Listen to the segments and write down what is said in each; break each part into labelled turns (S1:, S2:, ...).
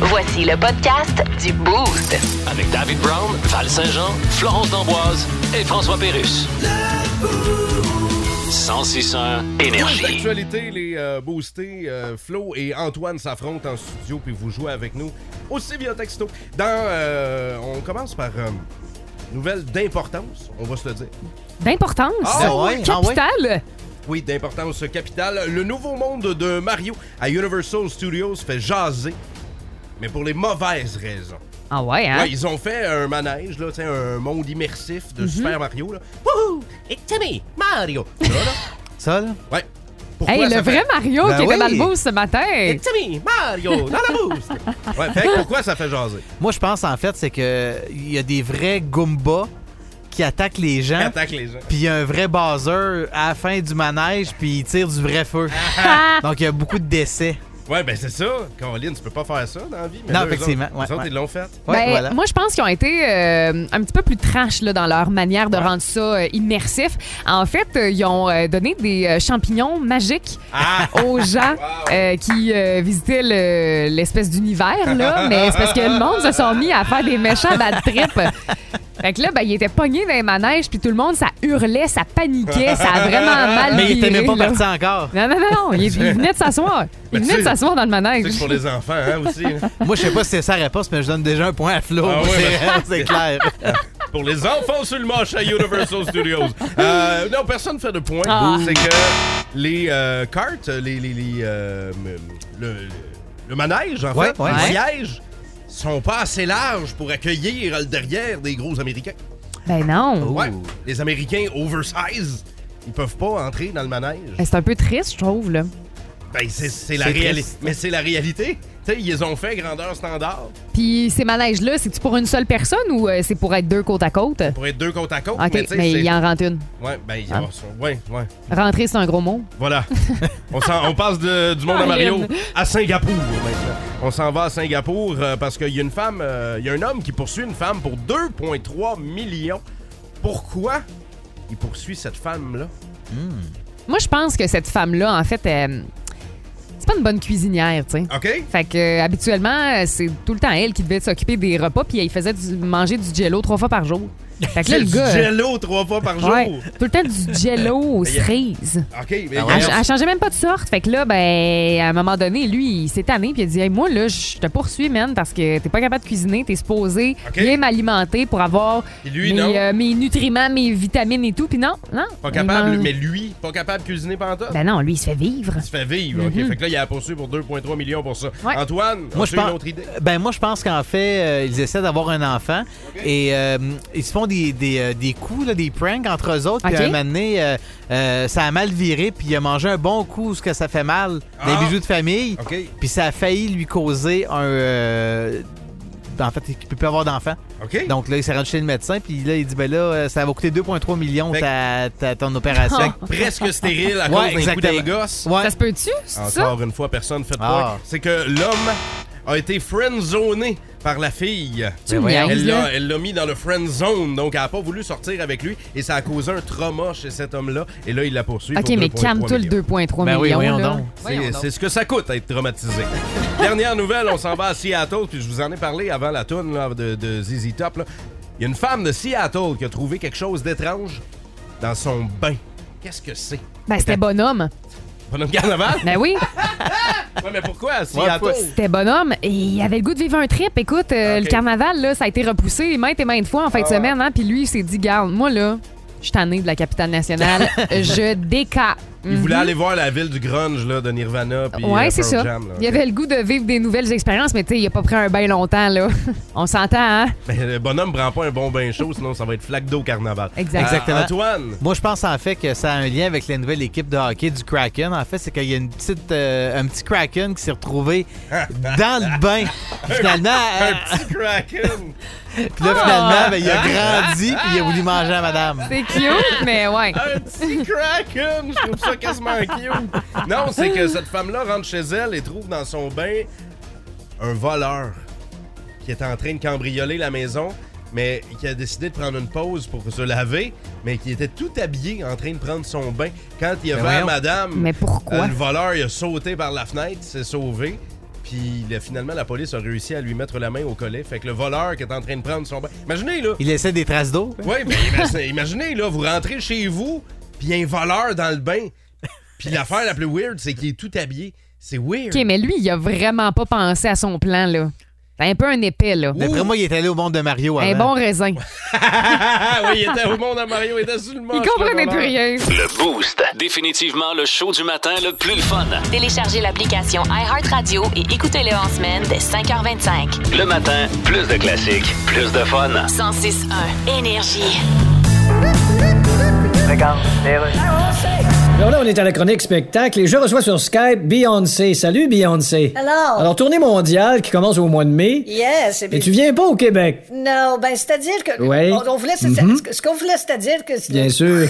S1: Voici le podcast du Boost.
S2: Avec David Brown, Val Saint-Jean, Florence D'Amboise et François Pérus. 1061 énergie.
S3: L'actualité, les euh, boostés, euh, Flo et Antoine s'affrontent en studio puis vous jouez avec nous aussi via texto. Dans, euh, on commence par euh, nouvelle d'importance, on va se le dire.
S4: D'importance.
S3: Ah ouais,
S5: ah ouais.
S4: Capitale.
S3: Oui, d'importance capitale. Le nouveau monde de Mario à Universal Studios fait jaser, mais pour les mauvaises raisons.
S4: Ah ouais, hein?
S3: Ouais, ils ont fait un manège, là, tu sais, un monde immersif
S4: Mhm.
S3: de Super Mario. Là. Wouhou! It's me, Mario! Ça, là.
S5: Ça, là?
S3: Ouais. Pourquoi
S4: Hey, le
S3: ça fait-
S4: vrai Mario
S5: Ben
S4: qui était
S5: oui.
S4: dans le boost ce matin.
S3: It's me, Mario, dans la boost! ouais, fait que pourquoi ça fait jaser?
S5: Moi, je pense, en fait, c'est que il y a des vrais Goombas qui attaquent les gens.
S3: Ils attaquent les gens.
S5: Puis il y a un vrai buzzer à la fin du manège, puis il tire du vrai feu. Donc il y a beaucoup de décès.
S3: Ouais, ben c'est ça. Colin, tu peux pas faire ça dans la vie. Mais
S5: Non,
S3: là, eux
S5: effectivement,
S3: autres-
S5: ouais,
S3: eux autres,
S5: ouais.
S3: ils l'ont fait.
S5: Ouais,
S4: Ben,
S5: voilà.
S4: Moi, je pense qu'ils ont été euh, un petit peu plus trash là, dans leur manière de rendre ça euh, immersif. En fait, euh, ils ont euh, donné des euh, champignons magiques
S3: Ah!
S4: aux gens euh, qui euh, visitaient le- l'espèce d'univers, là. Mais c'est parce que le monde se sont mis à faire des méchants bad trip. Fait que là, ben, ils étaient pognés dans les manèges, puis tout le monde, ça hurlait, ça paniquait, ça a vraiment mal
S5: Mais il était
S4: viré,
S5: même pas
S4: là.
S5: parti encore.
S4: Non, non, non, il, il venait de s'asseoir.
S3: Mais
S4: Il
S3: tu
S4: venait de
S3: sais-
S4: s'asseoir dans le
S3: Tu
S4: manège.
S3: sais que c'est pour les enfants, hein, aussi. hein.
S5: Moi, je sais pas si c'est sa réponse, mais je donne déjà un point à Flo.
S3: Ah ouais,
S5: C'est-
S3: ben-
S5: c'est clair.
S3: pour les enfants sur le manche à Universal Studios. Euh, non, personne ne fait de point.
S4: Ah.
S3: C'est que les euh, cartes, les, les, les, euh, le, le- le manège, en
S5: Ouais,
S3: fait,
S5: ouais.
S3: les sièges, sont pas assez larges pour accueillir le derrière des gros Américains.
S4: Ben non.
S3: Ouais. Les Américains oversize, ils peuvent pas entrer dans le manège.
S4: Ben, C'est un peu triste, je trouve, là.
S3: Ben, c'est- c'est la
S5: C'est
S3: réalité.
S5: triste.
S3: Mais c'est la réalité. Tu sais, ils les ont fait grandeur standard
S4: Puis ces manèges-là, c'est-tu pour une seule personne ou euh, c'est pour être deux côte à côte?
S3: pour être deux côte à côte.
S4: Ah, OK,
S3: mais tu sais,
S4: mais
S3: c'est-
S4: il en rentre une.
S3: Ouais, ben, ils
S4: Ah.
S3: ont ça. Ouais, ouais.
S4: Rentrer, c'est un gros mot.
S3: Voilà. on, s'en- on passe de- du monde à Mario
S4: Colin.
S3: à Singapour maintenant. On s'en va à Singapour euh, parce qu'il y a une femme, euh, il y a un homme qui poursuit une femme pour 2,3 millions. Pourquoi il poursuit cette femme-là?
S4: Moi, je pense que cette femme-là, en fait, euh, c'est pas une bonne cuisinière, tu sais.
S3: OK?
S4: Fait que euh, habituellement, euh, c'est tout le temps elle qui devait s'occuper des repas, puis elle faisait du- manger du jello trois fois par jour. Fait que
S3: C'est
S4: là, le
S3: du
S4: gars.
S3: jello Ben, trois fois par jour.
S4: ouais, tout le temps du jello aux cerises.
S3: OK, mais
S5: Ah ouais.
S4: Elle, elle changeait même pas de sorte. Fait que là, ben, à un moment donné, lui, il s'est tanné puis il a dit Hey, Moi, là, je te poursuis, man, parce que t'es pas capable de cuisiner, t'es supposé
S3: OK.
S4: bien m'alimenter pour avoir
S3: Puis lui,
S4: mes,
S3: non.
S4: euh, mes nutriments, mes vitamines et tout. Puis non, non.
S3: pas
S4: il
S3: capable,
S4: mange-
S3: mais lui, pas capable de cuisiner pantoute.
S4: Ben non, lui, il se fait vivre.
S3: Il se fait vivre. OK, fait que là, il a poursuivi pour 2,3 millions pour ça.
S4: Ouais.
S3: Antoine,
S5: Moi,
S3: as-tu
S5: je
S3: une
S5: pense-
S3: autre idée?
S5: Ben moi, je pense qu'en fait, euh, ils essaient d'avoir un enfant et euh, ils se font des, des, euh, des coups, là, des pranks entre eux autres.
S4: Ok.
S5: Puis un moment donné, euh, euh, ça a mal viré, puis il a mangé un bon coup, ce que ça fait mal,
S3: Ah.
S5: des bijoux de famille.
S3: OK.
S5: Puis ça a failli lui causer un... euh, en fait, il peut plus avoir d'enfant.
S3: OK.
S5: Donc là, il s'est rendu chez le médecin, puis là, il dit, ben là, euh, ça va coûter 2,3 millions
S3: Fait
S5: ta, ta- ton
S4: Ah.
S5: opération.
S3: Presque stérile à
S5: Ouais,
S3: cause d'un coup
S5: exactement.
S3: d'un gosse.
S5: Ouais.
S4: Ça se peut-tu?
S3: Ah,
S4: C'est ça?
S3: Encore une fois, personne ne fait de
S5: Ah.
S3: point. C'est que l'homme a été friendzoné par la fille.
S4: Tu
S5: Ben
S4: me
S5: voyons.
S4: niaises,
S3: Elle
S4: là.
S3: l'a, elle l'a mis dans le friend zone, donc elle n'a pas voulu sortir avec lui et ça a causé un trauma chez cet homme-là. Et là, il l'a poursuivi.
S4: OK,
S3: pour
S4: mais
S3: 2,3
S4: calme-toi le
S3: millions.
S4: 2,3
S5: Ben oui,
S4: millions.
S5: voyons
S4: là.
S5: donc.
S4: Voyons
S3: C'est,
S4: donc.
S3: c'est ce que ça coûte être traumatisé. Dernière nouvelle, on s'en va à Seattle, puis je vous en ai parlé avant la toune là, de, de ZZ Top. là. Il y a une femme de Seattle qui a trouvé quelque chose d'étrange dans son bain. Qu'est-ce que c'est?
S4: Ben, c'était bonhomme.
S3: Bonhomme carnaval?
S4: Ben oui,
S3: ouais, mais pourquoi à Seattle?
S5: Ouais,
S4: c'était bonhomme. Et il avait le goût de vivre un trip. Écoute, euh,
S3: Ah, OK. Ah,
S4: le carnaval, là, ça a été repoussé maintes et maintes fois en fin de semaine. Hein, Puis lui, il s'est dit, garde, moi, là, je suis tanné de la capitale nationale. je déca.
S3: Il voulait aller voir la ville du grunge là, de Nirvana. Puis, euh,
S4: Mhm. Ouais, c'est
S3: Pearl
S4: ça.
S3: Jam, là.
S4: Il avait le goût de vivre des nouvelles expériences, mais tu sais, il a pas pris un bain longtemps, là. On s'entend, hein?
S3: Ben, le bonhomme prend pas un bon bain chaud, sinon ça va être flaque d'eau carnaval.
S4: Exact.
S3: Euh,
S5: Exactement.
S3: Antoine,
S5: Moi, je pense en fait que ça a un lien avec la nouvelle équipe de hockey du Kraken. En fait, c'est qu'il y a une petite, euh, un petit Kraken qui s'est retrouvé dans le bain Finalement,
S3: Un
S4: Ah.
S5: euh,
S3: petit kraken.
S5: puis là, finalement, ben, il a grandi puis il a voulu manger à madame.
S4: C'est cute, mais ouais.
S3: Un petit kraken. Je trouve ça quasiment cute. Non, c'est que cette femme-là rentre chez elle et trouve dans son bain un voleur qui est en train de cambrioler la maison, mais qui a décidé de prendre une pause pour se laver, mais qui était tout habillé en train de prendre son bain. Quand il a
S5: Mais
S3: vu à
S5: voyons.
S3: madame,
S4: Ben Mais pourquoi?
S3: euh, le voleur il a sauté par la fenêtre, s'est sauvé. Puis là, finalement, la police a réussi à lui mettre la main au collet. Fait que le voleur qui est en train de prendre son bain. Imaginez, là,
S5: Il laissait des traces d'eau.
S3: oui, mais ben, imagine- imaginez, là, vous rentrez chez vous, puis il y a un voleur dans le bain. Puis l'affaire la plus weird, c'est qu'il est tout habillé. C'est weird.
S4: OK, mais lui, il a vraiment pas pensé à son plan, là. C'est un peu un épais, là.
S5: D'après
S3: Ouh.
S5: moi, il est allé au monde de Mario
S4: Un
S5: avant.
S4: Eh, bon raisin.
S3: Ah oui, il était au monde à Mario, il était sur le
S4: Il
S3: manche.
S4: comprenait
S3: le voleur.
S4: plus rien.
S2: Le Boost. Définitivement le show du matin le plus le fun.
S1: Téléchargez l'application iHeartRadio et écoutez-le en semaine dès 5h25.
S2: Le matin, plus de classiques, plus de fun.
S1: 106.1 Énergie.
S6: Alors là, on est à la chronique spectacle et je reçois sur Skype Beyoncé. Salut Beyoncé.
S7: Alors,
S6: Alors, tournée mondiale qui commence au mois de mai.
S7: yes, et
S6: Et
S7: puis-
S6: tu viens pas au Québec,
S7: Non, ben, c'est-à-dire que.
S6: Ouais. Mm-hmm.
S7: On, on voulait, c'est- c'est- Ce qu'on voulait, c'est-à-dire que.
S6: bien sûr.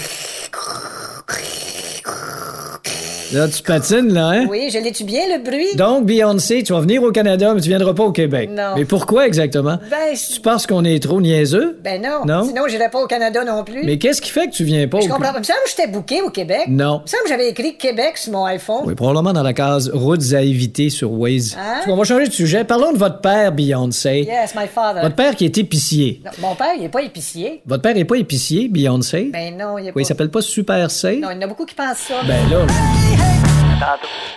S6: Là, tu patines, là, hein?
S7: Oui, je l'ai-tu bien, le bruit?
S6: Donc, Beyoncé, tu vas venir au Canada, mais tu viendras pas au Québec.
S7: Non.
S6: Mais pourquoi exactement?
S7: Ben,
S6: Tu penses qu'on est trop niaiseux?
S7: ben non.
S6: Non?
S7: Sinon, j'irais pas au Canada non plus.
S6: Mais qu'est-ce qui fait que tu viens pas
S7: je
S6: au
S7: comprends
S6: Québec?
S7: pas. Il me semble que j'étais booké au Québec.
S6: Non.
S7: Il me semble que j'avais écrit Québec sur mon iPhone.
S6: Oui, probablement dans la case routes à éviter sur Waze.
S7: Hein?
S6: On va changer de sujet. Parlons de votre père, Beyoncé.
S7: Yes, my father.
S6: Votre père qui est épicier.
S7: Non, mon père, il est pas épicier.
S6: Votre père est pas épicier, Beyoncé?
S7: Ben non, il est
S6: Quoi, il
S7: pas.
S6: s'appelle pas Super C?
S7: Non, il y en a beaucoup qui pensent ça.
S6: Ben là,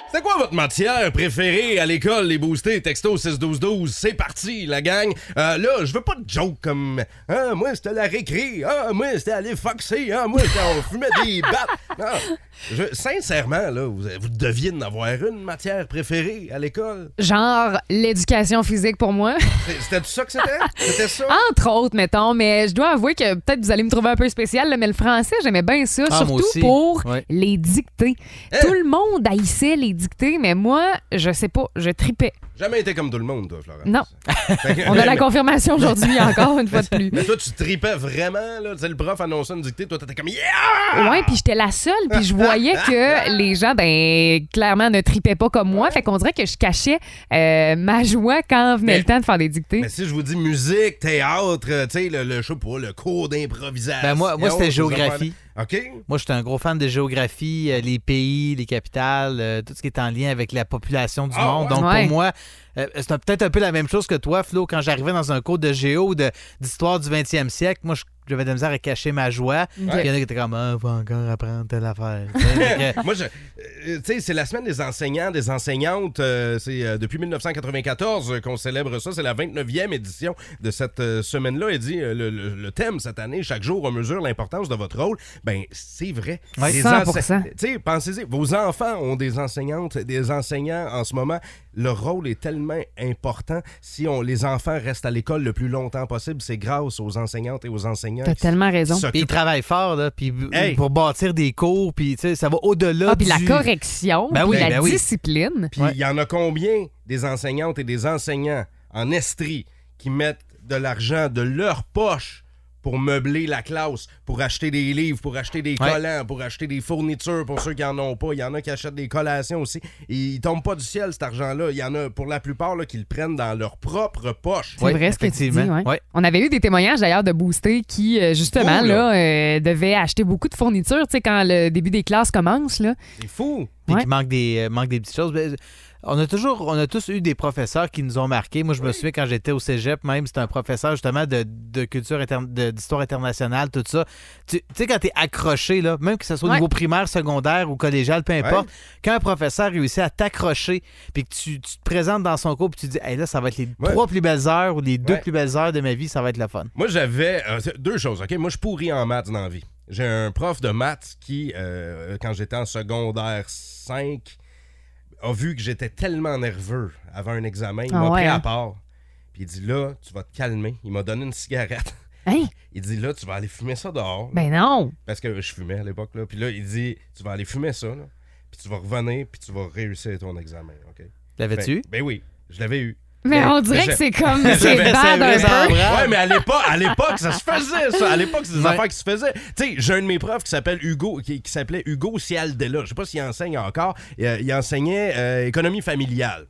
S3: C'était quoi votre matière préférée à l'école, les boostés? Texto 6-12-12, c'est parti, la gang. Euh, là, je veux pas de joke comme Ah, moi, c'était la récré. Ah, moi, c'était aller foxer. Ah, moi, c'était on fumait des battes. Non. Je- sincèrement, là, vous, vous deviez en avoir une matière préférée à l'école.
S4: Genre, l'éducation physique pour moi.
S3: C'est- C'était tout ça que c'était? C'était ça?
S4: Entre autres, mettons, mais je dois avouer que peut-être vous allez me trouver un peu spécial, là, mais le français, j'aimais bien ça,
S5: Ah, moi
S4: surtout
S5: aussi.
S4: pour
S5: Ouais.
S4: les dictées.
S5: Eh!
S4: Tout le monde haïssait les dictées, mais moi, je sais pas, je tripais.
S3: Jamais été comme tout le monde, toi, Florence.
S4: Non.
S3: Fait
S5: Ah,
S3: que-
S4: On a la confirmation aujourd'hui, encore une fois de plus.
S3: Mais toi, tu tripais vraiment, là. Tu sais, le prof annonçait une dictée, toi, t'étais comme Yeah!
S4: Ouais, puis j'étais la seule, puis je voyais que les gens, ben, clairement, ne tripaient pas comme moi. Fait qu'on dirait que je cachais euh, ma joie quand venait
S3: Mais-
S4: le temps de faire des dictées.
S3: Mais si je vous dis musique, théâtre, euh, tu sais, le, le, je sais pas, le cours d'improvisation.
S5: Ben, moi- moi, c'était
S3: ces
S5: géographie.
S3: affaires-là. OK?
S5: Moi, j'étais un gros fan de géographie, euh, les pays, les capitales, euh, tout ce qui est en lien avec la population du
S3: Ah,
S5: monde.
S3: ouais.
S5: Donc,
S4: Ouais.
S5: pour moi, euh, c'est un- peut-être un peu la même chose que toi, Flo. Quand j'arrivais dans un cours de géo ou de- d'histoire du 20e siècle, moi, je- j'avais de la misère à cacher ma joie. Puis Il y en a qui étaient comme, ah, va encore apprendre telle affaire. Tu sais, donc, euh,
S3: Moi, je- euh, tu sais, c'est la semaine des enseignants, des enseignantes. euh, c'est euh, depuis 1994 euh, qu'on célèbre ça. C'est la 29e édition de cette euh, semaine-là. Et dit euh, le, le- le thème cette année, chaque jour, on mesure l'importance de votre rôle. Ben, c'est vrai.
S5: Ouais.
S3: Les
S4: 100%.
S3: ense- Tu sais, pensez-y, vos enfants ont des enseignantes, des enseignants en ce moment. Leur rôle est tellement important. Si on, les enfants restent à l'école le plus longtemps possible, c'est grâce aux enseignantes et aux enseignants.
S4: T'as
S3: qui
S4: tellement raison.
S5: Puis ils
S3: s'occupent.
S5: travaillent fort, là, puis b-
S3: Hey.
S5: pour bâtir des cours, puis tu sais, ça va au-delà
S4: Ah, puis la
S5: du-
S4: correction,
S5: Ben
S4: puis
S5: oui,
S4: la
S5: ben oui.
S4: discipline.
S3: Puis il y en a combien des enseignantes et des enseignants en estrie qui mettent de l'argent de leur poche pour meubler la classe, pour acheter des livres, pour acheter des
S5: Ouais.
S3: collants, pour acheter des fournitures pour ceux qui en ont pas. Il y en a qui achètent des collations aussi. Et ils tombent pas du ciel, cet argent-là. Il y en a pour la plupart là, qui le prennent dans leur propre poche.
S4: C'est
S5: Oui,
S4: vrai ce que tu dis.
S5: effectivement.
S4: ouais.
S5: Ouais.
S4: On avait eu des témoignages d'ailleurs de boostés qui, euh, justement,
S3: Ouh, là.
S4: là, euh, devaient acheter beaucoup de fournitures, tu sais, quand le début des classes commence, là.
S3: C'est fou!
S5: puis
S4: Ouais.
S5: qu'il manque des, euh, manque des petites choses. Ben, on a toujours, on a tous eu des professeurs qui nous ont marqués. Moi, je me souviens quand j'étais au cégep, même, c'était un professeur justement de, de culture, interne- de- d'histoire internationale, tout ça. Tu tu sais, quand t'es accroché, là, même que ce soit au
S4: Ouais.
S5: niveau primaire, secondaire ou collégial, peu importe, quand un professeur réussit à t'accrocher, puis que tu, tu te présentes dans son cours, puis tu dis, hey, là, ça va être les
S3: Ouais.
S5: trois plus belles heures ou les deux
S3: Ouais.
S5: plus belles heures de ma vie, ça va être le fun.
S3: Moi, j'avais euh, c'est- deux choses, OK? Moi, je pourris en maths dans la vie. J'ai un prof de maths qui, euh, quand j'étais en secondaire 5, a vu que j'étais tellement nerveux avant un examen. Il
S4: Ah
S3: m'a
S4: ouais,
S3: pris à
S4: hein?
S3: part. Puis il dit, là, tu vas te calmer. Il m'a donné une cigarette.
S4: Hein?
S3: Il dit, là, tu vas aller fumer ça dehors.
S4: Ben non!
S3: Parce que je fumais à l'époque, là. Puis là, il dit, tu vas aller fumer ça, là. Puis tu vas revenir, puis tu vas réussir ton examen, OK?
S5: L'avais-tu eu?
S3: Ben oui, je l'avais eu.
S4: Mais on dirait
S3: je-
S4: que c'est comme.
S3: je-
S4: C'est
S3: je-
S4: bad un
S5: ça-
S4: peu.
S3: Ouais, mais à l'époque, à l'époque, ça se faisait, ça. À l'époque, c'est des
S5: Ouais.
S3: affaires qui se faisaient. Tu sais, j'ai un de mes profs qui s'appelle Hugo, qui, qui s'appelait Hugo Cialdella. Je sais pas s'il enseigne encore. Il, euh, il enseignait euh, économie familiale.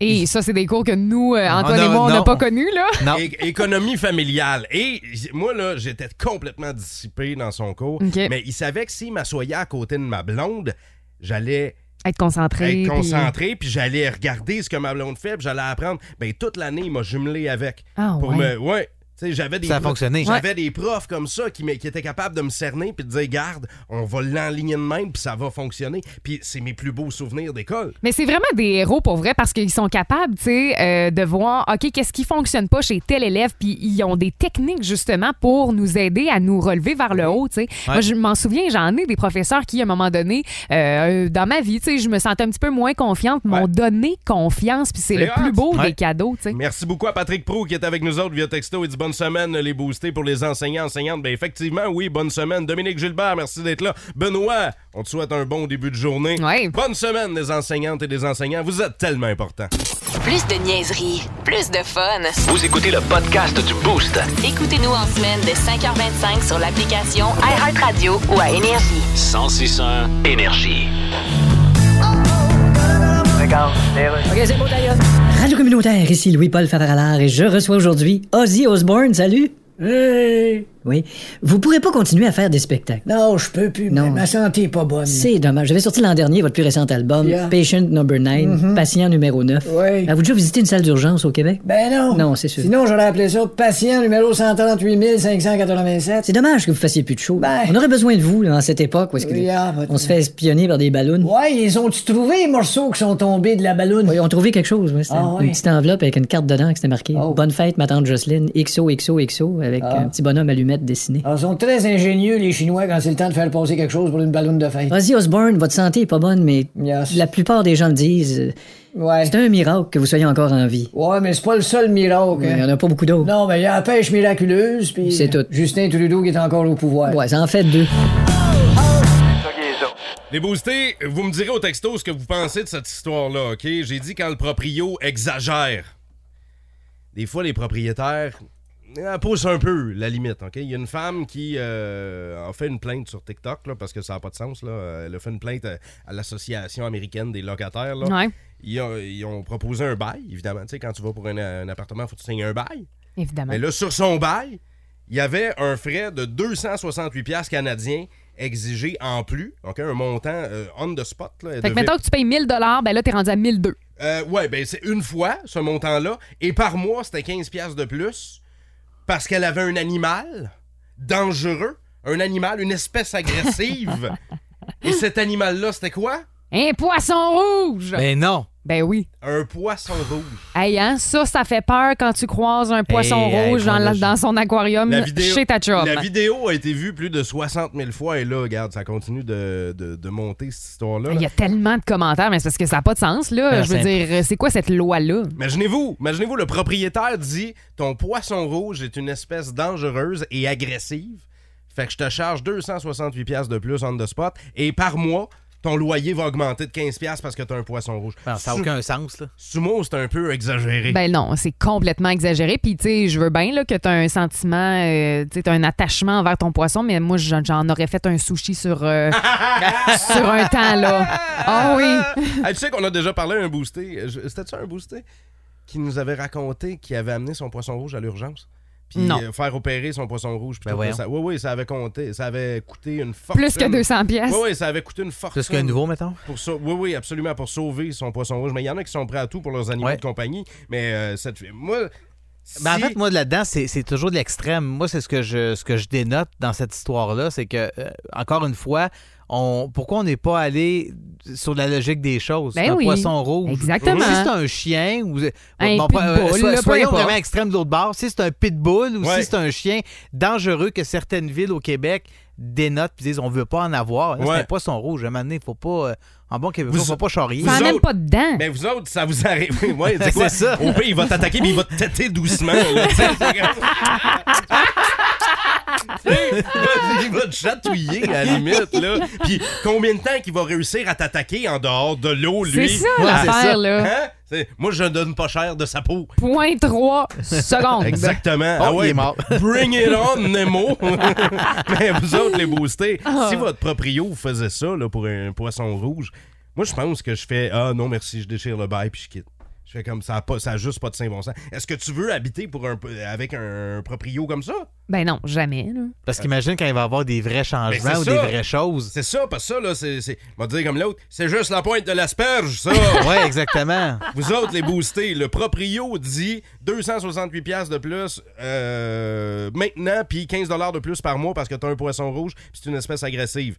S4: Et ça, c'est des cours que nous, euh, Antoine
S5: On a-
S4: et moi, on n'a
S5: non.
S4: pas connus, là.
S5: Non.
S3: É- économie familiale. Et j- moi, là, j'étais complètement dissipé dans son cours.
S4: Ok.
S3: Mais il savait que s'il m'assoyait à côté de ma blonde, j'allais
S4: Être concentré.
S3: être
S4: puis-
S3: concentré, puis j'allais regarder ce que ma blonde fait, puis j'allais apprendre. Ben, toute l'année, il m'a jumelé avec.
S4: Ah,
S3: pour
S4: ouais.
S3: me- ouais. Tu sais, j'avais des
S5: Ça a
S3: profs-
S5: fonctionné.
S3: J'avais des profs comme ça qui, m'a- qui étaient capables de me cerner puis de dire Garde, on va l'enligner de même, puis ça va fonctionner. Puis c'est mes plus beaux souvenirs d'école.
S4: Mais c'est vraiment des héros pour vrai parce qu'ils sont capables, tu sais, euh, de voir, OK, qu'est-ce qui fonctionne pas chez tel élève, puis ils ont des techniques justement pour nous aider à nous relever vers le haut, tu sais. Moi, je m'en souviens, j'en ai des professeurs qui, à un moment donné, euh, euh, dans ma vie, tu sais, je me sentais un petit peu moins confiante, m'ont
S3: Ouais.
S4: donné confiance, puis c'est
S3: C'est
S4: le plus
S3: hot.
S4: beau
S5: Ouais.
S4: des cadeaux, tu sais.
S3: Merci beaucoup à Patrick Prou qui est avec nous autres via texto. Il dit bonne semaine, les boostés pour les enseignants, enseignantes. Ben effectivement, oui, bonne semaine. Dominique Gilbert, merci d'être là. Benoît, on te souhaite un bon début de journée.
S4: Ouais.
S3: Bonne semaine, les enseignantes et les enseignants. Vous êtes tellement importants.
S1: Plus de niaiserie, plus de fun.
S2: Vous écoutez le podcast du Boost.
S1: Écoutez-nous en semaine de 5h25 sur l'application iHeartRadio ou à Énergie.
S2: 1061 Énergie.
S7: OK, c'est bon, d'ailleurs.
S6: Radio communautaire, ici Louis-Paul Favaralard et je reçois aujourd'hui Ozzy Osbourne. Salut!
S7: Hey.
S6: Oui. Vous pourrez pas continuer à faire des spectacles.
S7: Non, je peux plus.
S6: Non.
S7: mais Ma santé est pas bonne.
S6: C'est dommage. J'avais sorti l'an dernier votre plus récent album,
S7: Yeah.
S6: Patient Number 9,
S7: Mm-hmm.
S6: Patient numéro 9.
S7: Oui.
S6: Avez-vous déjà visité une salle d'urgence au Québec?
S7: Ben non.
S6: Non, c'est sûr.
S7: Sinon, j'aurais appelé ça patient numéro 138 587.
S6: C'est dommage que vous fassiez plus de show.
S7: Ben-
S6: On aurait besoin de vous là, en cette époque où est-ce que
S7: Oui, ah, votre-
S6: on se fait espionner par des ballons.
S7: Ouais, ils ont-tu trouvé les morceaux qui sont tombés de la ballonne?
S6: Oui, on trouvait quelque chose. ouais, c'était
S7: Ah, ouais.
S6: Une petite enveloppe avec une carte dedans qui c'était marqué
S7: Oh.
S6: Bonne fête, ma tante Jocelyne, XO, XO, XO, avec
S7: Ah.
S6: un petit bonhomme allumette dessiné.
S7: Alors, Ah, ils sont très ingénieux, les Chinois, quand c'est le temps de faire passer quelque chose pour une ballonne de fête.
S6: Ozzy Osbourne, votre santé est pas bonne, mais
S7: Yes.
S6: la plupart des gens le disent. euh,
S7: Ouais.
S6: C'est un miracle que vous soyez encore en vie.
S7: Ouais, mais c'est pas le seul miracle.
S6: Il
S7: hein.
S6: y en a pas beaucoup d'autres.
S7: Non, mais il y a la pêche miraculeuse, puis.
S6: C'est tout.
S7: Justin Trudeau qui est encore au pouvoir.
S6: Ouais, ça en fait deux.
S3: Les boostés, vous me direz au texto ce que vous pensez de cette histoire-là, OK? J'ai dit quand le proprio exagère. Des fois, les propriétaires euh, poussent un peu la limite, OK? Il y a une femme qui euh, a fait une plainte sur TikTok, là, parce que ça n'a pas de sens, là. Elle a fait une plainte à, à l'Association américaine des locataires, là.
S4: Ouais,
S3: Ils, ont, ils ont proposé un bail, évidemment. Tu sais, quand tu vas pour un, un appartement, il faut que tu signes un bail.
S4: évidemment.
S3: Mais là, sur son bail, il y avait un frais de 268$ piastres canadiens exigé en plus. OK, un montant euh, on the spot. Là,
S4: fait
S3: de-
S4: que mettons que tu payes 1000 ben là, t'es rendu à 1002.
S3: Euh, ouais, ben c'est une fois, ce montant-là. Et par mois, c'était 15$ piastres de plus parce qu'elle avait un animal dangereux, un animal, une espèce agressive. Et cet animal-là, c'était quoi?
S4: Un poisson rouge!
S5: Mais non.
S4: ben oui.
S3: Un poisson rouge.
S4: Hey, hein, ça, ça fait peur quand tu croises un poisson
S5: Hey, hey,
S4: rouge dans,
S5: prends-le
S4: la-
S5: chez-
S4: dans son aquarium
S3: La vidéo,
S4: chez ta chum.
S3: la vidéo a été vue plus de 60 000 fois et là, regarde, ça continue de, de- de monter cette histoire-là. là.
S4: Il y a tellement de commentaires, mais c'est parce que ça n'a pas de sens, là.
S5: Ben,
S4: Je veux
S5: c'est
S4: dire, c'est quoi cette loi-là?
S3: Imaginez-vous, imaginez-vous, le propriétaire dit ton poisson rouge est une espèce dangereuse et agressive. Fait que je te charge 268 pièces de plus on the spot et par mois, ton loyer va augmenter de 15 pièces parce que t'as un poisson rouge.
S5: Non, Ben, ça
S3: Sou-
S5: n'a aucun sens, là.
S3: Sumo, c'est un peu exagéré.
S4: Ben non, c'est complètement exagéré. Puis, tu sais, je veux bien là, que tu as un sentiment, euh, tu sais, t'as un attachement envers ton poisson, mais moi, j'en j'en aurais fait un sushi sur, euh, sur un temps, là. Ah oui!
S3: Ah, tu sais qu'on a déjà parlé à un boosté. euh, je- C'était-tu un boosté qui nous avait raconté qu'il avait amené son poisson rouge à l'urgence? Puis
S4: Non.
S3: euh, faire opérer son poisson rouge.
S5: Ben voyons.
S3: oui, oui, ça avait compté. Ça avait coûté une fortune.
S4: Plus que 200 pièces.
S3: Oui, Ben, oui, ça avait coûté une fortune.
S5: Plus qu'un nouveau, mettons.
S3: Pour sau- oui, oui, absolument, pour sauver son poisson rouge. Mais il y en a qui sont prêts à tout pour leurs animaux
S5: Ouais.
S3: de compagnie. Mais euh, cette fille- moi,
S5: Ben,
S3: si-
S5: en fait, moi, là-dedans, c'est c'est toujours de l'extrême. Moi, c'est ce que je ce que je dénote dans cette histoire-là, c'est que, euh, encore une fois, on pourquoi on n'est pas allé sur la logique des choses?
S4: Ben
S5: C'est un
S4: oui.
S5: poisson rouge.
S4: Exactement.
S5: Si c'est un chien ou... euh,
S4: Un
S5: pas-
S4: pitbull,
S5: so-
S4: là, peu
S5: soyons
S4: importe.
S5: vraiment extrême de l'autre bord. Si c'est un pitbull ou
S3: Ouais.
S5: si c'est un chien dangereux que certaines villes au Québec dénotent et disent on veut pas en avoir. Là,
S3: Ouais.
S5: C'est un poisson rouge. À un moment donné, faut pas... euh, en bon québécois,
S3: Vous-
S5: faut pas charrier.
S3: vous
S4: Ça n'aime
S3: autres- Ben,
S4: pas dedans.
S3: Mais vous autres, ça vous arrive. Ouais, c'est quoi?
S5: C'est ça.
S3: Au pire, il va t'attaquer, mais il va te têter doucement. là, tu sais. il va te chatouiller à la limite, là. Puis combien de temps qu'il va réussir à t'attaquer en dehors de l'eau,
S4: C'est
S3: lui?
S4: ça
S5: Ouais, c'est ça.
S4: l'affaire, là.
S3: Hein? C'est- Moi, je donne pas cher de sa peau.
S4: Point 3 secondes.
S3: Exactement. Ah
S5: Oh, il est mort.
S3: Bring it on, Nemo. Mais vous autres, les boostés,
S5: Ah.
S3: si votre proprio vous faisait ça là, pour un poisson rouge, moi, je pense que je fais Ah non, merci, je déchire le bail puis je quitte. Je fais comme ça, a pas, ça a juste pas de saint bon sens. Est-ce que tu veux habiter pour un, avec un proprio comme ça?
S4: Ben non, jamais. Là.
S5: Parce qu'imagine quand il va y avoir des vrais
S3: Mais
S5: changements
S3: Ben, c'est
S5: ou
S3: ça.
S5: des vraies choses.
S3: C'est ça, parce que ça, là, c'est. c'est- On va dire comme l'autre, c'est juste la pointe de l'asperge, ça!
S5: Ouais, exactement.
S3: Vous autres, les boostés, le proprio dit 268 pièces de plus euh, maintenant, puis 15 dollars de plus par mois parce que t'as un poisson rouge, puis c'est une espèce agressive.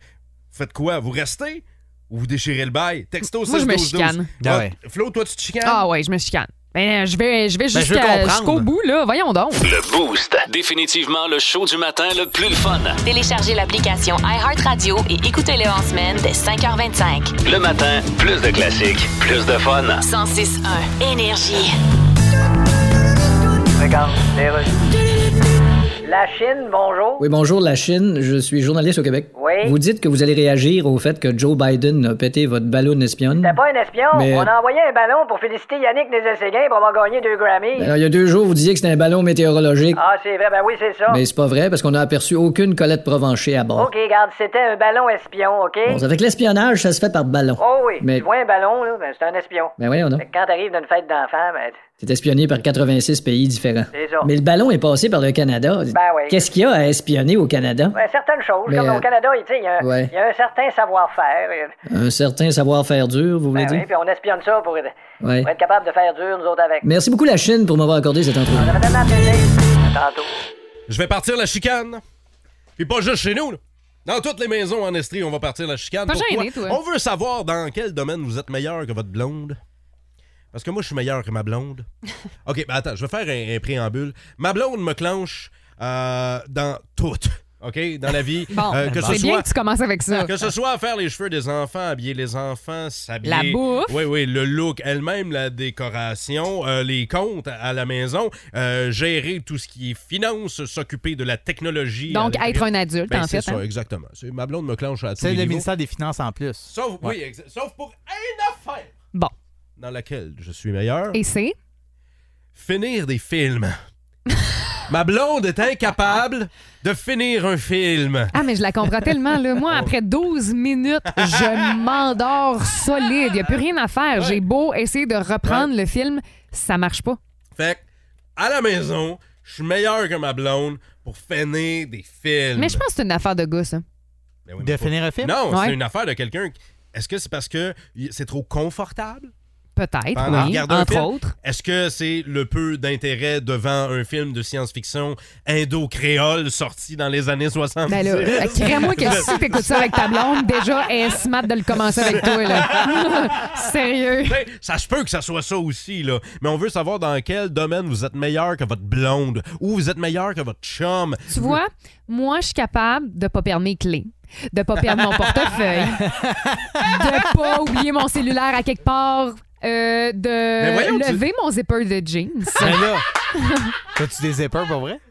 S3: Faites quoi? Vous restez ou vous déchirez le bail? Texto
S4: Moi, je me
S3: 6 12 12.
S4: chicane.
S5: Ah ouais.
S3: Flo, toi, tu te chicanes?
S4: Ah ouais, je me chicane. Ben, euh, je vais, je vais
S5: Ben, je veux
S4: jusqu'à-
S5: comprendre.
S4: jusqu'au bout, là. Voyons donc.
S3: Euh,
S2: Le Boost. Définitivement le show du matin le plus le fun.
S1: Téléchargez l'application iHeartRadio et écoutez-le en semaine dès 5h25.
S2: Le matin, plus de classiques, plus de fun.
S1: 106.1 Énergie.
S8: La Chine, bonjour.
S6: Oui, bonjour, la Chine. Je suis journaliste au Québec.
S8: Oui.
S6: Vous dites que vous allez réagir au fait que Joe Biden a pété votre ballon espionne.
S8: T'es pas un espion.
S6: Mais-
S8: On a envoyé un ballon pour féliciter Yannick Nézet-Séguin pour avoir gagné deux Grammys.
S6: Alors, il y a deux jours, vous disiez que c'était un ballon météorologique.
S8: Ah, c'est vrai, ben oui, c'est ça.
S6: Mais c'est pas vrai parce qu'on n'a aperçu aucune Colette Provencher à bord.
S8: OK, garde, c'était un ballon espion, OK?
S6: Bon, avec l'espionnage, ça se fait par ballon.
S8: Oh oui,
S6: Mais-
S8: tu vois un ballon, là, ben c'est un espion.
S6: Ben voyons, non?
S8: Fait que quand t'arrives d'une fête d'enfants, ben...
S6: C'est espionné par 86 pays différents.
S8: C'est ça.
S6: Mais le ballon est passé par le Canada.
S8: Ben oui.
S6: Qu'est-ce qu'il y a à espionner au Canada?
S8: ben, certaines choses,
S6: Mais,
S8: comme
S6: euh,
S8: au Canada, il tu sais, il y, a un-
S6: ouais.
S8: il y a un certain savoir-faire. euh,
S6: Un certain savoir-faire dur, vous voulez
S8: Ben oui,
S6: dire?
S8: puis on espionne ça pour, être-
S6: Ouais.
S8: pour être capable de faire dur, nous autres, avec.
S6: Merci beaucoup, la Chine, pour m'avoir accordé cette entrevue.
S8: Ça fait tellement plaisir. À Tantôt.
S3: Je vais partir la chicane. Puis pas juste chez nous, là. Dans toutes les maisons en Estrie, on va partir la chicane.
S4: Pas
S3: Pourquoi?
S4: gêné, toi.
S3: On veut savoir dans quel domaine vous êtes meilleur que votre blonde. Parce que moi, je suis meilleur que ma blonde. OK, ben attends, je vais faire un, un préambule. Ma blonde me clenche euh, dans tout, OK, dans la vie.
S4: Bon, ben,
S3: Euh, que ce
S4: c'est bien
S3: soit...
S4: que tu commences avec ça.
S3: Que ce soit à faire les cheveux des enfants, habiller les enfants, s'habiller.
S4: La bouffe.
S3: Oui, oui, le look elle-même, la décoration, euh, les comptes à la maison, euh, gérer tout ce qui est finance, s'occuper de la technologie.
S4: Donc,
S3: Euh,
S4: être un adulte,
S3: ben,
S4: en fait.
S3: C'est ça,
S4: hein.
S3: exactement. C'est- Ma blonde me clenche à tous
S5: C'est
S3: les
S5: le
S3: niveaux.
S5: ministère des Finances en plus.
S3: Sauf, oui, exa- sauf pour une affaire
S4: Bon.
S3: dans laquelle je suis meilleur.
S4: Et c'est.
S3: Finir des films. Ma blonde est incapable de finir un film.
S4: Ah, mais je la comprends tellement, là. Moi,
S3: Oh.
S4: après 12 minutes, je m'endors solide. Il n'y a plus rien à faire. J'ai beau essayer de reprendre le film, ça marche pas.
S3: Fait que, à la maison, je suis meilleur que ma blonde pour finir des films.
S4: Mais je pense que c'est une affaire de hein. goût, ça.
S3: Ben oui, mais
S5: De
S3: faut-
S5: finir un film?
S3: Non, c'est
S4: Ouais.
S3: une affaire de quelqu'un. qui- Est-ce que c'est parce que y- c'est trop confortable?
S4: Peut-être,
S3: Pendant-
S4: oui,
S3: regarder un
S4: entre
S3: film.
S4: autres.
S3: Est-ce que c'est le peu d'intérêt devant un film de science-fiction indo-créole sorti dans les années 70?
S4: Ben là, euh, crée-moi que si t'écoutes ça avec ta blonde, déjà, elle est smart de le commencer avec toi, là. Sérieux.
S3: Ben, Ça se peut que ça soit ça aussi, là. Mais on veut savoir dans quel domaine vous êtes meilleur que votre blonde ou vous êtes meilleur que votre chum.
S4: Tu vois, moi, je suis capable de pas perdre mes clés, de pas perdre mon portefeuille, de pas oublier mon cellulaire à quelque part, euh, de
S3: voyons, tu-
S4: lever mon zipper de jeans.
S5: Mais là, t'as-tu des zippers pour vrai?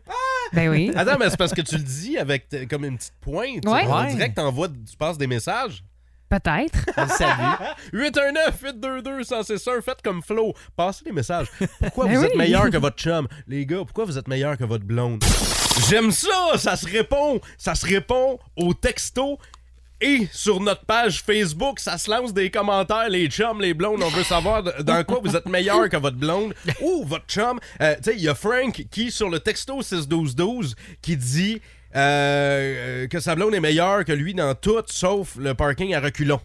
S4: ben oui.
S3: Attends, mais c'est parce que tu le dis avec euh, comme une petite pointe.
S4: Ouais.
S3: On
S5: Ouais.
S3: dirait que t'envoies- tu passes des messages.
S4: Peut-être.
S5: On le salue.
S3: 819-822-161, faites comme Flo. Passez des messages. Pourquoi
S4: Ben
S3: vous êtes
S4: oui.
S3: meilleur que votre chum? Les gars, pourquoi vous êtes meilleur que votre blonde? J'aime ça! Ça se répond! Ça se répond au texto et sur notre page Facebook. Ça se lance des commentaires, les chums, les blondes. On veut savoir de- dans quoi vous êtes meilleur que votre blonde ou votre chum. Euh, tu sais, il y a Frank qui, sur le texto 61212, qui dit euh, euh, que sa blonde est meilleure que lui dans tout, sauf le parking à reculons.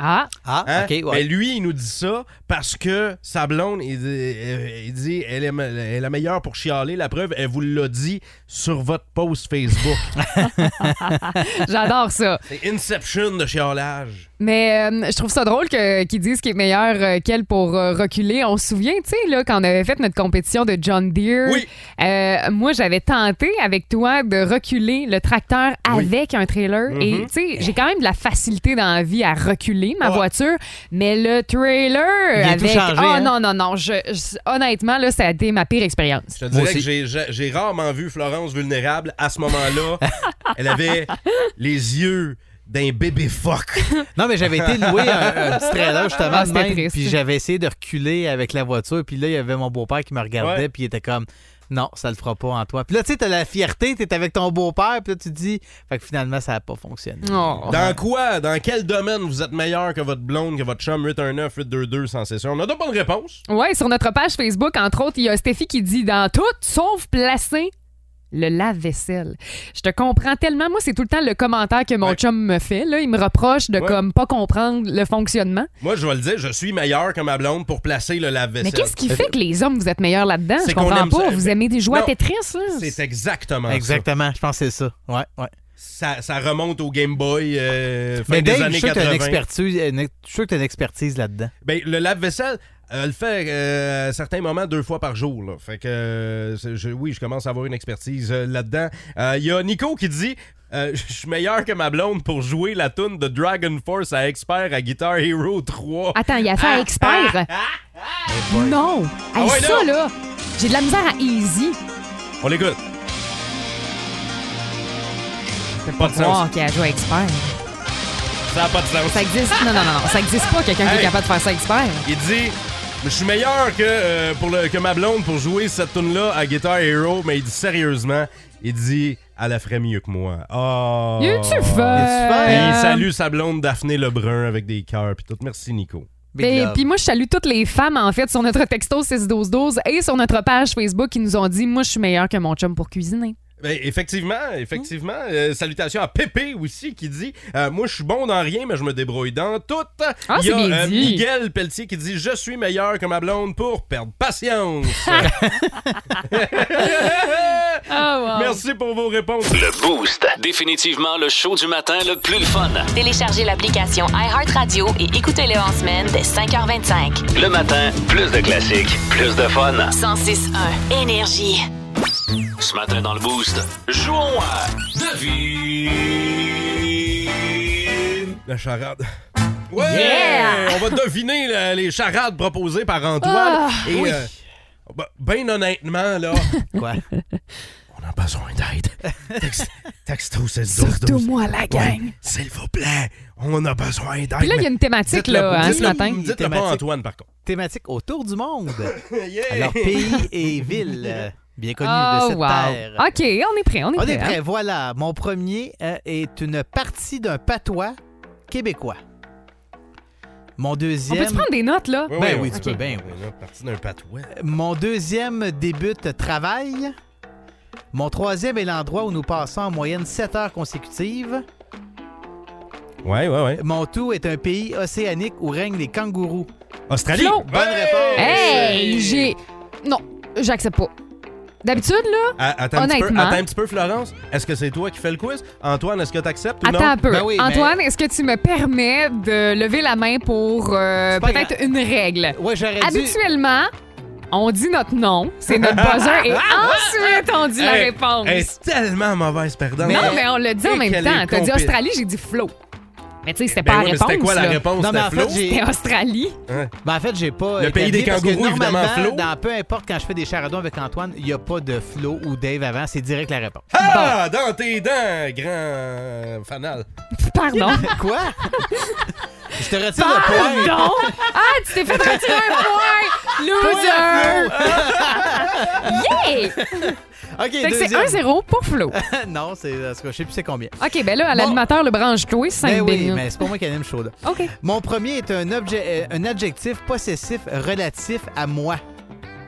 S4: Ah,
S5: Ah,
S3: Hein?
S5: ok, ouais.
S3: Mais lui, il nous dit ça parce que sa blonde, il, dit- euh, il dit elle est, me- elle est la meilleure pour chialer. La preuve, elle vous l'a dit sur votre post Facebook.
S4: j'adore ça.
S3: C'est Inception de chialage.
S4: Mais euh, je trouve ça drôle que- qu'ils disent qu'il est meilleur euh, qu'elle pour euh, reculer. On se souvient, tu sais, là, quand on avait fait notre compétition de John Deere.
S3: Oui.
S4: euh, moi, j'avais tenté avec toi de
S5: Mm-hmm.
S4: reculer le tracteur avec un trailer. Et, tu sais, j'ai quand même de la facilité dans la vie à reculer roulé, ma voiture. Mais le trailer
S5: Il est tout
S4: avec.
S5: changé,
S4: Ah,
S5: hein?
S4: non, non, non. je- je- honnêtement, là, ça a été ma pire expérience.
S3: Je te dirais
S5: aussi.
S3: que j'ai- j'ai j'ai rarement vu Florence vulnérable à ce moment-là. Elle avait les yeux d'un bébé fuck.
S5: Non, mais j'avais été loué un, un petit trailer justement
S4: Ah,
S5: de
S4: c'était
S5: même,
S4: triste.
S5: puis j'avais essayé de reculer avec la voiture, puis là, il y avait mon beau-père qui me regardait,
S3: Ouais.
S5: puis il était comme non, ça le fera pas en toi. Puis là, tu sais, t'as la fierté, t'es avec ton beau-père, puis là, tu te dis, fait que finalement, ça a pas fonctionné.
S4: Oh.
S3: Dans quoi, dans quel domaine vous êtes meilleur que votre blonde, que votre chum 819 822 sans cesseur? On a deux bonnes réponses.
S4: Ouais, sur notre page Facebook, entre autres, il y a Stéphie qui dit dans tout, sauf placer le lave-vaisselle. Je te comprends tellement. Moi, c'est tout le temps le commentaire que mon
S3: Ouais.
S4: chum me fait. Là. Il me reproche de
S3: Ouais.
S4: comme pas comprendre le fonctionnement.
S3: Moi, je vais le dire, je suis meilleur que ma blonde pour placer le lave-vaisselle.
S4: Mais qu'est-ce qui fait que les hommes, vous êtes meilleurs là-dedans?
S3: C'est
S4: Je
S3: qu'on
S4: comprends
S3: aime
S4: pas.
S3: ça.
S4: Vous aimez des jouets à
S3: Non.
S4: Tetris, là?
S3: C'est exactement,
S5: Exactement, je pense que c'est ça. Ouais, ouais.
S3: ça. ça. ça remonte au Game Boy euh, fin
S5: Mais
S3: des
S5: Dave, je
S3: années
S5: suis sûr que t'as une
S3: 80.
S5: expertise, une- je suis sûr que t'as une expertise là-dedans.
S3: Ben, le lave-vaisselle, euh, le fait euh, à certains moments deux fois par jour. Là. Fait que euh, c'est- je- oui, je commence à avoir une expertise euh, là-dedans. Euh, Il y a Nico qui dit euh, Je suis meilleur que ma blonde pour jouer la tune de Dragon Force à Expert à Guitar Hero 3.
S4: Attends, il a fait un expert. Non!
S3: Ah
S4: Hey,
S3: ouais,
S4: ça,
S3: non.
S4: là, j'ai de la misère à Easy.
S3: On l'écoute. Pas de sens.
S4: Wow, qui a joué à expert.
S3: Ça n'a pas de sens.
S4: Ça existe. Non, non, non, non. Ça existe pas quelqu'un qui est
S3: Hey.
S4: capable de faire ça expert.
S3: Il dit Je suis meilleur que, euh, pour le, que ma blonde pour jouer cette tune là à Guitar Hero, mais il dit sérieusement, il dit Elle la ferait mieux que moi. Oh.
S4: Y a-tu fun?
S3: Et il salue sa blonde Daphné Lebrun avec des cœurs puis tout. Merci Nico.
S4: Ben,
S5: love.
S4: puis moi, je salue toutes les femmes, en fait, sur notre texto 61212 et sur notre page Facebook qui nous ont dit Moi, je suis meilleure que mon chum pour cuisiner.
S3: Ben, effectivement, effectivement. Euh, salutations à Pépé aussi qui dit euh, Moi, je suis bon dans rien, mais je me débrouille dans tout.
S4: Ah,
S3: Il y a euh,
S4: c'est bien dit.
S3: Miguel Pelletier qui dit Je suis meilleur que ma blonde pour perdre patience.
S4: Ah. Oh,
S3: Merci pour vos réponses.
S2: Le Boost. Définitivement le show du matin le plus le fun.
S1: Téléchargez l'application iHeartRadio et écoutez-le en semaine dès 5h25.
S2: Le matin, plus de classiques, plus de fun.
S1: 106.1 Énergie.
S2: Ce matin dans le Boost, jouons à Devine.
S3: La charade. Ouais! On va deviner là, les charades proposées par Antoine.
S4: Ah,
S3: Et, euh, bah, ben honnêtement, là,
S5: Quoi?
S3: on a besoin d'aide. Text- Texto 16 12 12.
S4: moi, la gang.
S3: Ouais, S'il vous plaît, on a besoin d'aide.
S4: Puis là, il y a une thématique,
S3: Dites-le-
S4: là, hein, ce
S3: dites-le-
S4: matin.
S3: Dites-le pas
S5: Thématique.
S3: Antoine, par contre.
S5: Thématique autour du monde.
S3: Yeah.
S5: Alors, pays et ville, euh, bien connus de
S4: Oh,
S5: cette
S4: wow.
S5: terre.
S4: OK, on est prêt, on est
S5: On
S4: prêt.
S5: est
S4: hein.
S5: prêt, voilà. Mon premier euh, est une partie d'un patois québécois. Mon
S4: On
S5: deuxième,
S4: peut-tu prendre des notes, là?
S3: Ouais,
S5: Ben
S3: ouais,
S5: oui,
S3: on
S5: tu
S3: peut.
S5: peux,
S4: Eh
S5: ben oui.
S3: On est parti d'un patois.
S5: mon deuxième débute travail. Mon troisième est l'endroit où nous passons en moyenne 7 heures consécutives.
S3: Ouais, ouais, ouais.
S5: Mon tout est un pays océanique où règnent les kangourous.
S3: Australie.
S4: Flo.
S5: Bonne réponse.
S4: Hey, j'ai. Non, j'accepte pas. D'habitude, là,
S3: Ah, Attends un petit peu,
S4: Honnêtement.
S3: attends un petit peu, Florence. Est-ce que c'est toi qui fais le quiz? Antoine, est-ce que t'acceptes ou non?
S4: attends un peu.
S5: Ben oui, mais-
S4: Antoine, est-ce que tu me permets de lever la main pour euh,
S5: C'est pas
S4: peut-être une règle?
S5: Ouais, j'aurais dû.
S4: Habituellement, on dit notre nom, c'est notre buzzer, et ensuite on dit la
S3: Hey,
S4: réponse.
S3: Elle est tellement mauvaise perdante.
S4: non, mais on le dit en
S3: Et
S4: même
S3: qu'elle
S4: temps.
S3: est
S4: T'as dit
S3: compil-
S4: Australie, j'ai dit Flo. Mais tu sais, c'était
S3: Ben
S4: pas
S3: oui,
S4: la
S3: mais
S4: réponse.
S3: C'était quoi la
S4: là.
S3: réponse?
S5: Non, mais en
S3: C'était Flo?
S5: fait, j'ai.
S4: C'était Australie.
S5: Ben, en fait, j'ai pas.
S3: Le
S5: euh,
S3: pays des
S5: établi parce que
S3: kangourous, évidemment,
S5: normalement,
S3: Flo.
S5: Dans peu importe, quand je fais des charadons avec Antoine, il n'y a pas de Flo ou Dave avant, c'est direct la réponse.
S3: Ah, dans tes dents, grand fanal.
S4: Pardon.
S5: Quoi? je te retire le point.
S4: Pardon. Ah, tu t'es fait retirer un point. Loser. yeah.
S5: Ok,
S4: Fait que c'est
S5: deuxième.
S4: 1-0 pour Flo.
S5: non, c'est. en tout cas, Je sais plus c'est combien.
S4: OK, ben là, à
S5: Bon.
S4: l'animateur, le branche Chloé, 5
S5: Ben oui,
S4: minutes.
S5: mais c'est pas moi qui anime chaud là.
S4: OK.
S5: Mon premier est un, objet, euh, un adjectif possessif relatif à moi.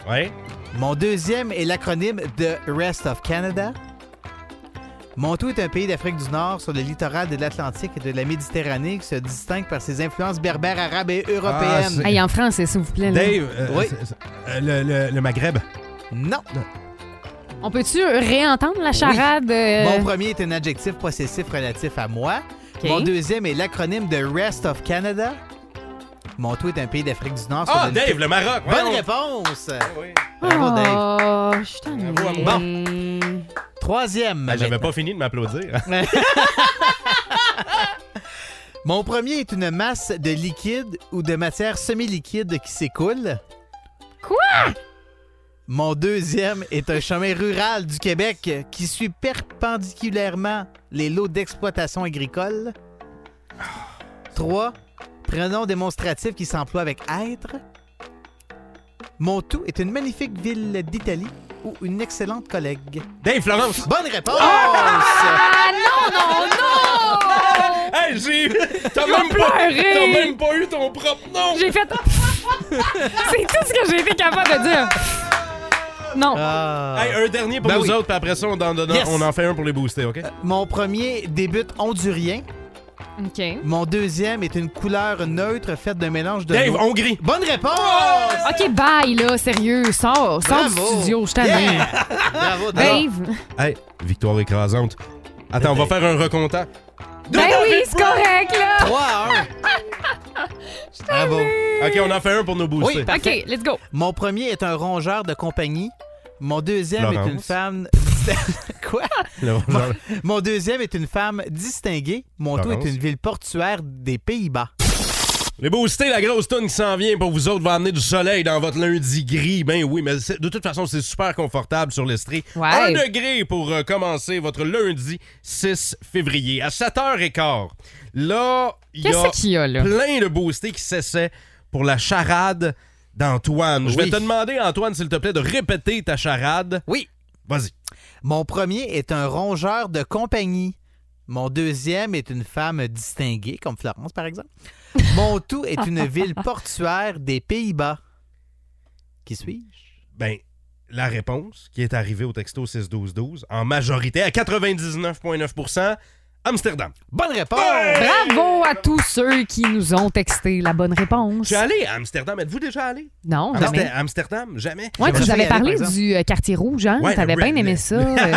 S3: Ouais.
S5: Mon deuxième est l'acronyme de Rest of Canada. Mon tout est un pays d'Afrique du Nord sur le littoral de l'Atlantique et de la Méditerranée qui se distingue par ses influences berbères, arabes et européennes.
S3: Ah,
S4: Hey, en français, s'il vous plaît. là.
S3: Dave, euh,
S5: Oui.
S3: c'est- c'est- euh, le, le- le Maghreb.
S5: non.
S4: On peut-tu réentendre la charade? euh,
S5: Mon premier est un adjectif possessif relatif à moi.
S4: OK.
S5: Mon deuxième est l'acronyme de Rest of Canada. Mon tout est un pays d'afrique du Nord sur
S3: Ah,
S5: le
S3: Dave, le Maroc.
S5: Bonne
S3: voyons. Ah
S5: réponse!
S3: Oui.
S5: Bravo, Dave.
S4: Oh, je suis tannée.
S3: Bravo,
S5: Troisième.
S3: Ben, J'avais
S5: maintenant.
S3: pas fini de m'applaudir.
S5: Mon premier est une masse de liquide ou de matière semi-liquide qui s'écoule.
S4: Quoi?
S5: Mon deuxième est un chemin rural du Québec qui suit perpendiculairement les lots d'exploitation agricole. Trois, Prénom démonstratif qui s'emploie avec être. Mon tout est une magnifique ville d'Italie ou une excellente collègue.
S3: Dave Florence!
S5: Bonne réponse!
S4: Ah non, non, non!
S3: Hey, j'ai. T'as même, pas... t'as
S4: pleuré.
S3: même pas eu ton propre nom!
S4: J'ai fait. C'est tout ce que j'ai été capable de dire. Non.
S5: Ah.
S3: Hey, un dernier pour
S5: Ben
S3: nous
S5: oui.
S3: autres, puis après ça, on en, donne-
S5: Yes.
S3: on en fait un pour les booster, OK?
S5: Mon premier débute hondurien.
S4: OK.
S5: Mon deuxième est une couleur neutre faite d'un mélange de.
S3: Dave, Oh!
S5: l'eau.
S3: Hongrie!
S5: Bonne réponse!
S4: OK, bye, là, sérieux. Sors, sors du
S5: Bravo.
S4: studio, je Ben t'en
S3: Ben
S4: ai.
S5: Yeah. Bravo, Dave.
S4: Dave.
S3: Hey, victoire écrasante. Attends, on va
S5: ben.
S3: faire un recomptant.
S4: Ben oui, c'est correct, là.
S5: 3 à 1. Bravo.
S3: OK, on en fait un pour nous booster.
S5: Oui,
S4: OK, let's go.
S5: Mon premier est un rongeur de compagnie. Mon deuxième
S3: Laurence.
S5: est une femme. Quoi?
S3: Le rongeur.
S5: Mon deuxième est une femme distinguée. Mon tout
S3: Laurence.
S5: est une ville portuaire des Pays-Bas.
S3: Les boostés, la grosse toune qui s'en vient pour vous autres va amener du soleil dans votre lundi gris. Ben oui, mais c'est- de toute façon, c'est super confortable sur l'estrie.
S4: Ouais.
S3: Un degré pour euh, commencer votre lundi 6 février à 7h15. Là, il y a
S4: Qu'est-ce qu'il y a, là?
S3: plein de boostés qui s'essaient pour la charade d'Antoine. Je vais
S5: Oui.
S3: te demander, Antoine, s'il te plaît, de répéter ta charade.
S5: Oui.
S3: Vas-y.
S5: Mon premier est un rongeur de compagnie. Mon deuxième est une femme distinguée, comme Florence, par exemple. Mon tout est une ville portuaire des Pays-Bas. Qui suis-je?
S3: Ben, la réponse qui est arrivée au texto 6-12-12, en majorité, à 99,9 Amsterdam.
S5: Bonne réponse!
S4: Bravo à tous ceux qui nous ont texté la bonne
S3: Je Ah,
S4: réponse.
S3: suis allé à Amsterdam. Êtes-vous déjà allé?
S4: Non,
S3: Amster-
S4: jamais.
S3: Amsterdam, jamais.
S4: Ouais, tu
S5: J'aimerais
S4: nous
S5: ça y
S4: avais
S5: aller,
S4: parlé
S5: par exemple.
S4: du euh, quartier rouge, hein?
S3: Ouais,
S4: T'avais
S3: le
S4: bien aimé
S3: Red-
S4: ça. euh.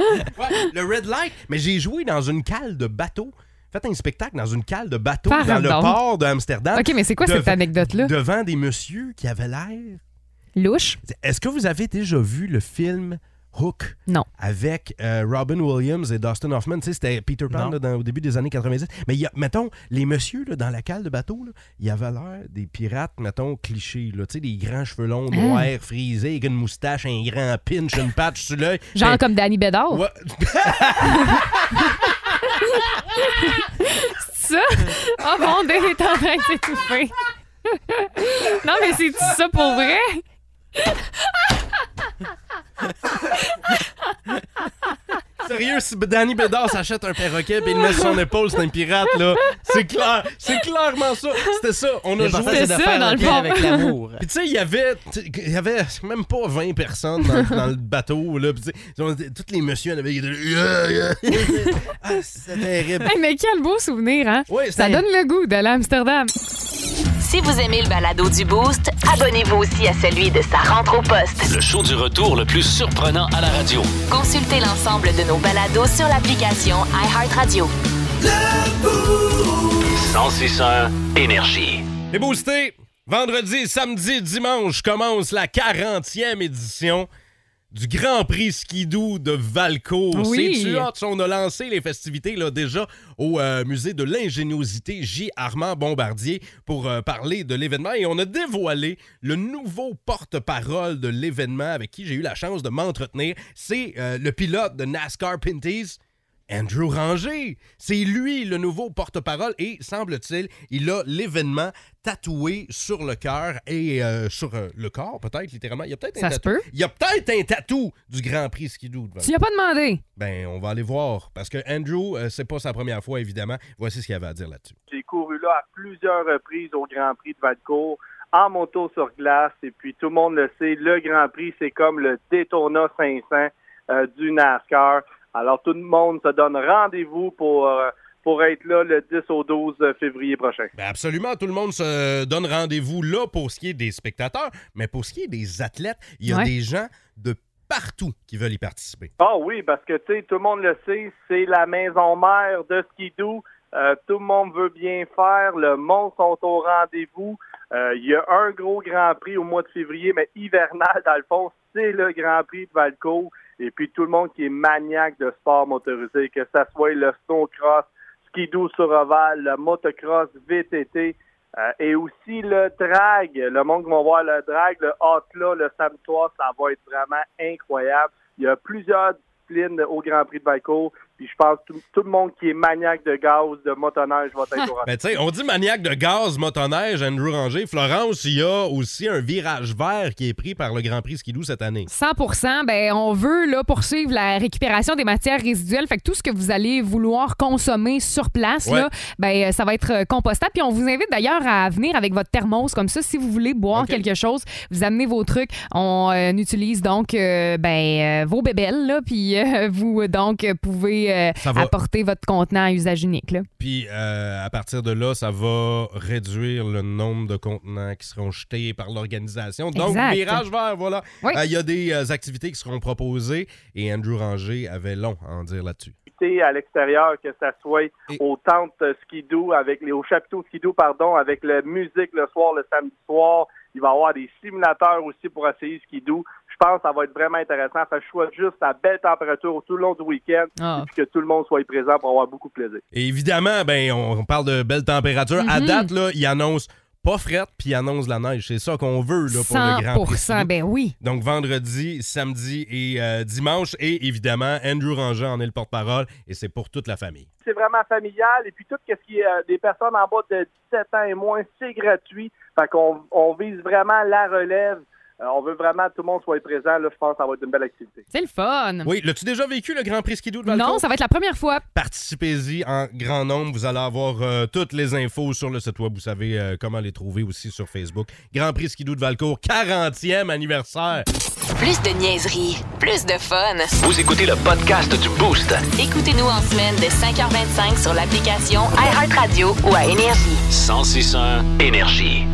S3: Ouais, le Red Light. Mais j'ai joué dans une cale de bateau. Faites un spectacle dans une cale de bateau
S4: Parle
S3: dans le
S4: donc.
S3: port de Amsterdam.
S4: OK, mais c'est quoi
S3: Dev-
S4: cette anecdote-là?
S3: Devant des messieurs qui avaient l'air.
S4: Louche?
S3: Est-ce que vous avez déjà vu le film Hook?
S4: Non.
S3: Avec euh, Robin Williams et Dustin Hoffman. Tu sais, c'était Peter Pan
S5: Non.
S3: là, dans- au début des années 90. Mais il y a- mettons, les messieurs là, dans la cale de bateau, là, ils avaient l'air des pirates, mettons, clichés. là. Tu sais, des grands cheveux longs,
S4: Hein?
S3: noirs, frisés, avec une moustache, un grand pinch, une patch sur l'œil.
S4: Genre
S3: Ben,
S4: comme Danny Bédard?
S3: ouais.
S4: ça? Oh mon Dieu, il est en train de s'étouffer. non, mais c'est ça pour vrai?
S3: Sérieux, si Danny Bédard s'achète un perroquet et il le met sur son épaule, c'est un pirate, là. C'est clair. C'est clairement ça. C'était ça. On a
S5: L'important,
S3: joué.
S4: c'est
S5: c'est de
S4: ça,
S5: faire
S4: dans
S5: le
S4: le
S5: lien
S4: fond.
S5: avec l'amour.
S3: Puis tu sais, il y avait tu- il y avait même pas 20 personnes dans, dans le bateau, là. Puis tu sais, ils ont- tous les messieurs, ils avaient... Yeah, yeah. Ah, c'était terrible.
S4: Hey, mais quel beau souvenir, hein?
S3: Ouais,
S4: ça
S3: c'est-
S4: donne le goût d'aller à Amsterdam.
S1: Si vous aimez le balado du Boost, abonnez-vous aussi à celui de sa rentre au poste.
S2: Le show du retour le plus surprenant à la radio.
S1: Consultez l'ensemble de nos balados sur l'application iHeartRadio.
S2: 1061 Énergie.
S3: Les boostés, vendredi, samedi, dimanche commence la 40e édition du Grand Prix Skidoo de Valcourt.
S4: Oui.
S3: C'est-tu hot? On a lancé les festivités là, déjà au euh, musée de l'ingéniosité J. Armand Bombardier pour euh, parler de l'événement et on a dévoilé le nouveau porte-parole de l'événement avec qui j'ai eu la chance de m'entretenir. C'est euh, le pilote de NASCAR Pinties. Andrew Ranger, c'est lui le nouveau porte-parole et semble-t-il, il a l'événement tatoué sur le cœur et euh, sur euh, le corps peut-être littéralement. Il y a peut-être un
S4: Ça se
S3: tatou.
S4: peut.
S3: Il y a peut-être un tatou du Grand Prix Skidoo. devant
S4: Tu n'y as pas demandé?
S3: ben, on va aller voir. Parce que Andrew, euh, c'est pas sa première fois, évidemment. Voici ce qu'il avait à dire là-dessus.
S9: J'ai couru là à plusieurs reprises au Grand Prix de Valcourt, en moto sur glace. Et puis, tout le monde le sait, le Grand Prix, c'est comme le Daytona 500 euh, du NASCAR. Alors, tout le monde se donne rendez-vous pour, euh, pour être là le 10 au 12 février prochain.
S3: Ben absolument, tout le monde se donne rendez-vous là pour ce qui est des spectateurs, mais pour ce qui est des athlètes, il y a
S4: Ouais.
S3: des gens de partout qui veulent y participer.
S9: Ah oui, parce que tu sais, tout le monde le sait, c'est la maison mère de Skidoo. Euh, tout le monde veut bien faire. Le monde sont au rendez-vous. Euh, Il y a un gros Grand Prix au mois de février, mais hivernal, dans le fond, c'est le Grand Prix de Valcourt. Et puis tout le monde qui est maniaque de sport motorisé, que ça soit le snowcross, skidoo sur ovale, le motocross VTT euh, et aussi le drag. Le monde qui va voir le drag, le hot-là, le samedi soir, ça va être vraiment incroyable. Il y a plusieurs disciplines au Grand Prix de Valcourt. Puis je pense que tout, tout le monde qui est maniaque de gaz, de motoneige, va être au
S3: Mais tu sais, on dit maniaque de gaz, motoneige, Andrew Ranger. Florence, il y a aussi un virage vert qui est pris par le Grand Prix Skidoo cette année.
S4: 100 ben on veut là, poursuivre la récupération des matières résiduelles. Fait que tout ce que vous allez vouloir consommer sur place,
S3: Ouais.
S4: là, ben, euh, ça va être euh, compostable. Puis on vous invite d'ailleurs à venir avec votre thermos. Comme ça, si vous voulez boire quelque chose, vous amenez vos trucs. On euh, utilise donc euh, ben, euh, vos bébelles. Là, puis euh, vous euh, donc euh, pouvez euh,
S3: Ça va.
S4: apporter votre contenant à usage unique. Là.
S3: Puis euh, à partir de là, ça va réduire le nombre de contenants qui seront jetés par l'organisation. Donc,
S4: Exact.
S3: virage vert, voilà. Euh,
S4: Oui.
S3: Il y a des euh, activités qui seront proposées et Andrew Ranger avait long à en dire là-dessus.
S9: activités à l'extérieur, que ça soit aux tentes euh, skidoo, avec les, au chapiteau skidoo, pardon, avec la musique le soir, le samedi soir. Il va y avoir des simulateurs aussi pour essayer skidoo. Je pense que ça va être vraiment intéressant. Ça souhaite juste la belle température tout le long du week-end
S4: Ah.
S9: et puis que tout le monde soit présent pour avoir beaucoup de plaisir.
S3: Et évidemment, ben, on on parle de belles températures. À
S4: Mhm.
S3: date, là, il annonce pas frette, puis il annonce la neige. C'est ça qu'on veut là, pour le Grand Prix.
S4: 100
S3: Skidoo.
S4: ben oui.
S3: Donc vendredi, samedi et euh, dimanche. Et évidemment, Andrew Ranger en est le porte-parole et c'est pour toute la famille.
S9: C'est vraiment familial. Et puis tout ce qui est euh, des personnes en bas de 17 ans et moins, c'est gratuit. Fait qu'on on vise vraiment la relève. Euh, on veut vraiment que tout le monde soit présent. Là, je pense que ça va être une belle activité.
S4: C'est le fun.
S3: Oui, l'as-tu déjà vécu le Grand Prix Skidoo de Valcourt?
S4: non, ça va être la première fois.
S3: Participez-y en grand nombre. Vous allez avoir euh, toutes les infos sur le site web. Vous savez euh, comment les trouver aussi sur Facebook. Grand Prix Skidoo de Valcourt, 40e anniversaire.
S1: Plus de niaiserie, plus de fun.
S2: Vous écoutez le podcast du Boost.
S1: Écoutez-nous en semaine de 5h25 sur l'application iHeartRadio ou à Énergie.
S2: 1061 Énergie.